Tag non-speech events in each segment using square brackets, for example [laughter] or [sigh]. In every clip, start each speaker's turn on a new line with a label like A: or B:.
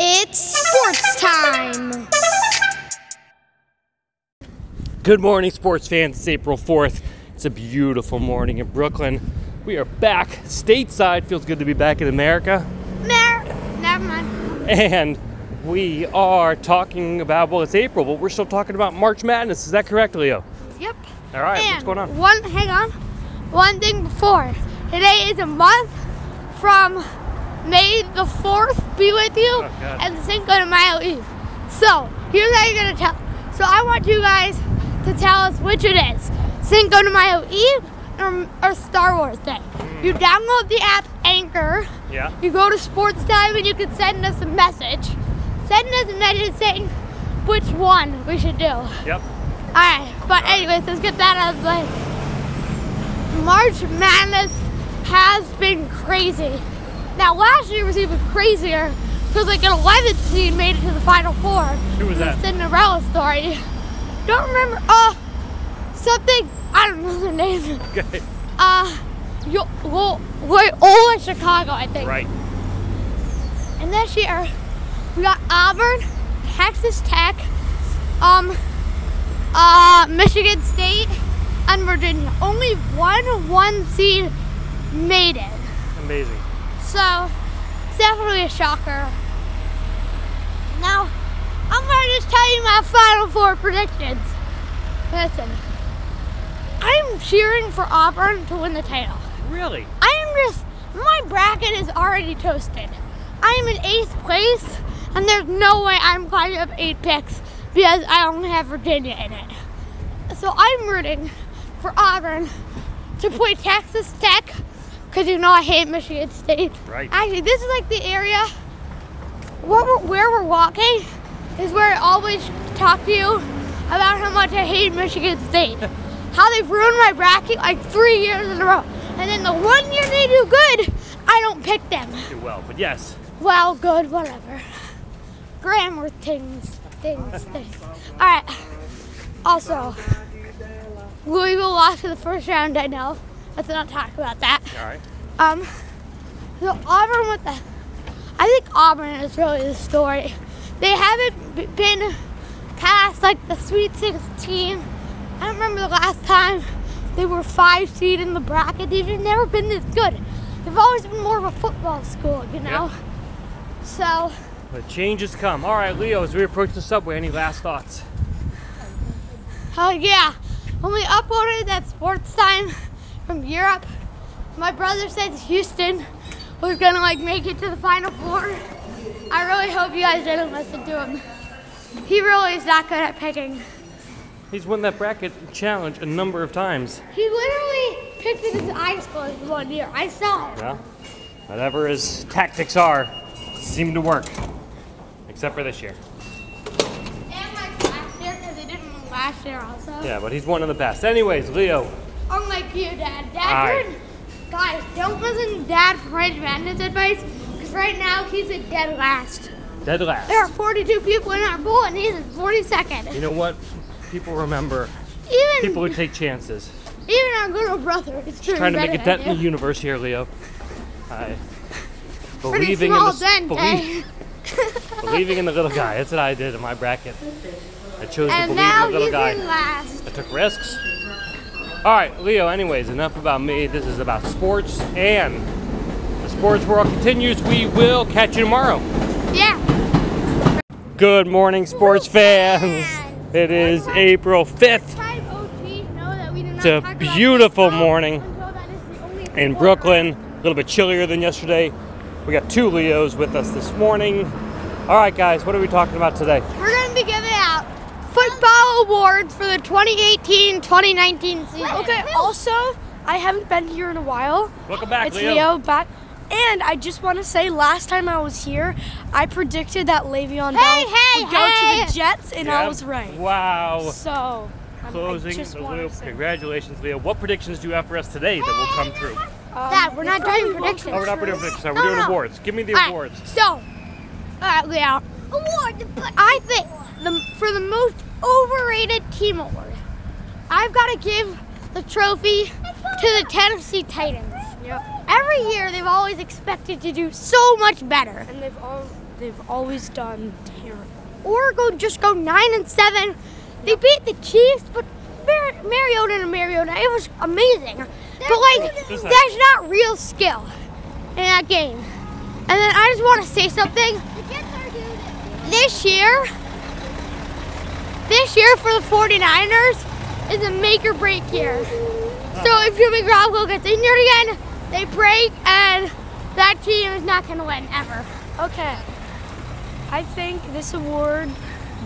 A: It's sports time.
B: Good morning, sports fans. It's April 4th. It's a beautiful morning in Brooklyn. We are back stateside. Feels good to be back in America.
A: Mer, never mind.
B: And we are talking about, well, it's April, but we're still talking about March Madness. Is that correct, Leo?
A: Yep.
B: All right,
A: and
B: what's going on?
A: One, hang on. One thing before. Today is a month from May the 4th be with you
B: Oh, God.
A: and Cinco de Mayo Eve. So, here's how you're going to tell. So, I want you guys to tell us which it is Cinco de Mayo Eve or, or Star Wars Day. You download the app Anchor.
B: Hmm. Yeah.
A: You go to Sports Time and you can send us a message. Send us a message saying which one we should do. Alright,
B: Yep.
A: but anyways, let's get that out of the way. March Madness has been crazy. Now, last year was even crazier because, like, an 11 seed made it to the Final Four.
B: Who was
A: [laughs]
B: that?
A: The Cinderella story. Don't remember. Uh, something. I don't know their name.
B: Okay.
A: Uh, yo, well, we're all in Chicago, I think.
B: Right.
A: And this year, we got Auburn, Texas Tech, um, uh, Michigan State, and Virginia. Only one one seed made it.
B: Amazing.
A: So, it's definitely a shocker. Now, I'm gonna just tell you my Final Four predictions. Listen, I'm cheering for Auburn to win the title.
B: Really?
A: I am just my bracket is already toasted. I am in eighth place, and there's no way I'm climbing up eight picks because I only have Virginia in it. So I'm rooting for Auburn to play Texas Tech because you know I hate Michigan State.
B: Right.
A: Actually, this is like the area where we're, where we're walking is where I always talk to you about how much I hate Michigan State. how they've ruined my bracket like three years in a row. And then the one year they do good, I don't pick them.
B: Do well, but yes.
A: Well, good, whatever. Grammar things, things, things. All right. Also, Louisville lost in the first round. I know. Let's not talk about that.
B: All right.
A: Um, so Auburn with the, I think Auburn is really the story. They haven't b- been past like the Sweet 16. I don't remember the last time they were five seed in the bracket. They've just never been this good. They've always been more of a football school, you know. So
B: The changes come. All right, Leo, as we approach the subway, any last thoughts?
A: Oh yeah, when we uploaded that sports time from Europe, my brother said Houston was gonna like make it to the Final Four. I really hope you guys didn't listen to him. He really is not good at picking.
B: He's won that bracket challenge a number of times.
A: He literally picked with his eyes closed one year. I saw it.
B: Yeah. Whatever his tactics are, seem to work. Except for this year.
A: And like last year, because they didn't win last year also.
B: Yeah, but he's one of the best. Anyways, Leo,
A: Unlike you, Dad.
B: All
A: Dad,
B: right.
A: you're guys, don't listen to Dad for Rage Madness advice, because right now he's a dead last.
B: dead last.
A: There are 42 people in our bowl, and he's in 42nd.
B: You know what? People remember
A: Even
B: people who
A: [laughs]
B: take chances.
A: even our little brother is doing
B: Trying to make
A: better
B: a
A: than
B: dent in the
A: you.
B: universe here, Leo. I
A: Pretty
B: believing in
A: small
B: the
A: dent, eh?
B: belie- believing in the little guy. That's what I did in my bracket. I chose
A: [laughs]
B: to
A: And
B: believe in
A: now
B: the
A: he's
B: little
A: in
B: guy.
A: last.
B: I took risks. All right, Leo, anyways, enough about me. This is about sports, and the sports world continues. We will catch you tomorrow.
A: Yeah.
B: Good morning, sports fans.
A: fans.
B: It is April 5th
A: Time OT know that we did not
B: It's a
A: talk about
B: beautiful
A: baseball
B: morning
A: until that is the only
B: in
A: sport.
B: Brooklyn. A little bit chillier than yesterday. We got two Leos with us this morning. All right, guys, what are we talking about today?
A: We're going to be giving out football awards for the 2018-2019 season.
C: Oh, Okay, also, I haven't been here in a while.
B: Welcome back,
C: it's
B: Leo.
C: Leo. back. And I just want to say, last time I was here, I predicted that Le'Veon
A: Hey,
C: Bell
A: hey,
C: would go
A: hey.
C: to the Jets, and I was right.
B: Wow.
C: So, um, I
B: Closing
C: just
B: the
C: wanna
B: loop.
C: say-
B: Congratulations, Leo. What predictions do you have for us today that will come true?
C: um,
A: Dad, we're not doing predictions.
B: Oh, we're not doing predictions. Sorry,
A: No,
B: we're doing
A: no.
B: awards. Give me the
A: Alright,
B: awards.
A: So, all right, Leon. Award. I think the for the most overrated team award, I've got to give the trophy to the Tennessee Titans.
C: Yep.
A: Every year, they've always expected to do so much better.
C: And they've all They've always done terrible.
A: Or go just go nine and seven. They beat the Chiefs, but Mar- Mariota and Mariota, it was amazing. but like,
B: It's not-
A: there's not real skill in that game. And then I just want to say something. This year, this year for the 49ers is a make or break year. So if Jimmy Garoppolo gets injured again, they break, and that team is not going to win ever.
C: Okay. I think this award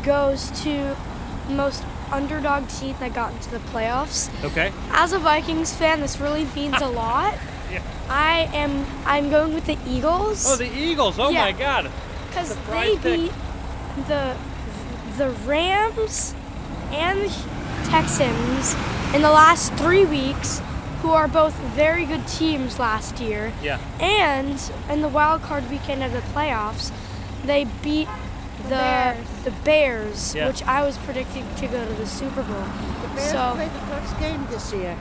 C: goes to most underdog team that got into the playoffs.
B: Okay.
C: As a Vikings fan, this really means a lot.
B: Yeah.
C: I am I'm going with the Eagles.
B: Oh, the Eagles. Oh
C: Yeah.
B: my God.
C: Because
B: Surprise
C: they
B: pick.
C: beat the the Rams and the Texans in the last three weeks, who are both very good teams last year.
B: Yeah.
C: And in the wild card weekend of the playoffs, they beat the
A: Bears.
C: the Bears,
B: Yeah.
C: which I was predicting to go to the Super Bowl.
D: Bears
C: So-
D: played the first game this year.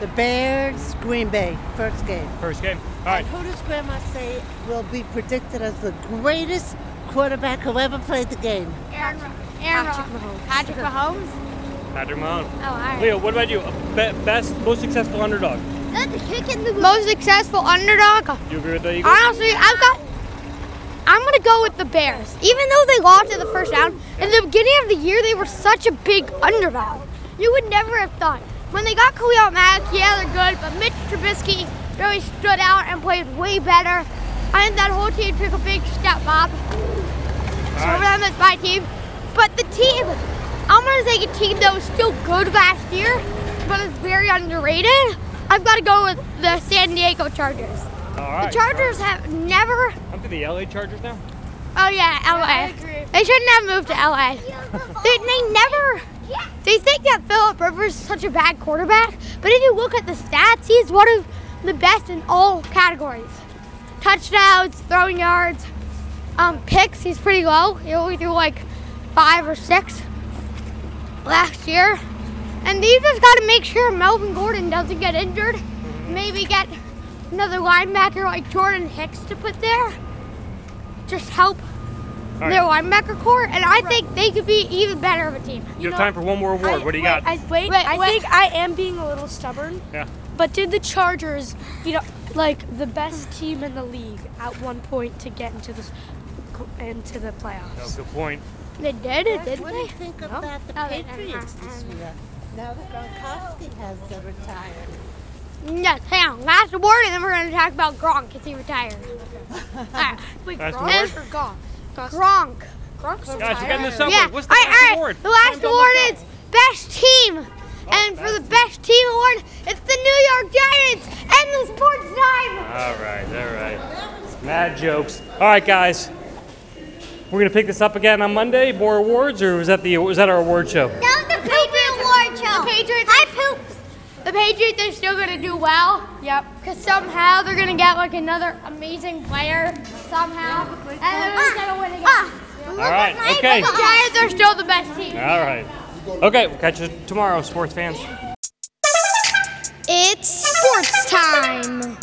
D: The Bears, Green Bay, first game.
B: First game. All right.
D: And who does Grandma say will be predicted as the greatest quarterback who ever played the game?
A: Aaron, Aaron
C: Patrick
A: Rodgers.
C: Mahomes.
A: Patrick Mahomes?
B: Patrick Mahomes.
A: Oh, all right.
B: Leo, what about you? Be- best, most successful underdog.
A: Most successful underdog?
B: You agree with the Eagles?
A: Honestly, I've got. I'm gonna go with the Bears. Even though they lost in the first round, in the beginning of the year they were such a big underdog. You would never have thought. When they got Khalil Mack, yeah, they're good, but Mitch Trubisky really stood out and played way better. I think that whole team took a big step up. So
B: All right.
A: them is my team. But the team, I'm gonna say a team that was still good last year, but is very underrated. I've got to go with the San Diego Chargers.
B: All right.
A: Uh, The Chargers have never.
B: I'm to the LA Chargers now.
A: Oh yeah, LA.
C: agree.
A: They shouldn't have moved to LA. they, they never. They think that Philip Rivers is such a bad quarterback, but if you look at the stats, he's one of the best in all categories: touchdowns, throwing yards, um, picks. He's pretty low. He only threw like five or six last year. And they just got to make sure Melvin Gordon doesn't get injured. Maybe get another linebacker like Jordan Hicks to put there. Just help
B: right.
A: their linebacker core, and I think they could be even better of a team.
B: You, have
C: know,
B: time for one more award.
C: I-
B: what do you
C: wait,
B: got?
C: I, wait,
A: Wait,
C: I
A: wait.
C: think I am being a little stubborn.
B: yeah.
C: But did the Chargers, you know, like the best team in the league at one point to get into the into the
B: Oh,
C: playoffs?
B: good point.
A: They did it, didn't
D: What do you
A: they?
D: think
C: No.
D: about the
A: Oh, they-
D: Patriots this year? Now that Gronkowski has to retire.
A: Yes, hang on. Last award, and then we're going to talk about Gronk because he retired. Alright,
C: Ah, Wait,
B: That's
C: Gronk
A: the
C: or Goff?
A: Gronk.
B: Guys,
C: Gronk's
B: you're getting
C: retired.
B: this up.
A: yeah.
B: What's the
A: alright,
B: last
A: alright.
B: award? Oh,
A: The last
B: Time to look
A: award
B: up.
A: is Best Team. and for the Best Team award, it's the New York Giants and the Sports Time.
B: All right, all right. Mad jokes. All right, guys. We're gonna pick this up again on Monday. More awards, or was that the was that our award show?
A: That was the Patriot Award show. The Patriots. I pooped. The Patriots are still going to do well.
C: Yep.
A: Because somehow they're going to get like another amazing player somehow. And then they're going to win again.
B: All right. Okay.
A: The Giants are still the best team.
B: All right. Okay. We'll catch you tomorrow, sports fans.
A: It's sports time.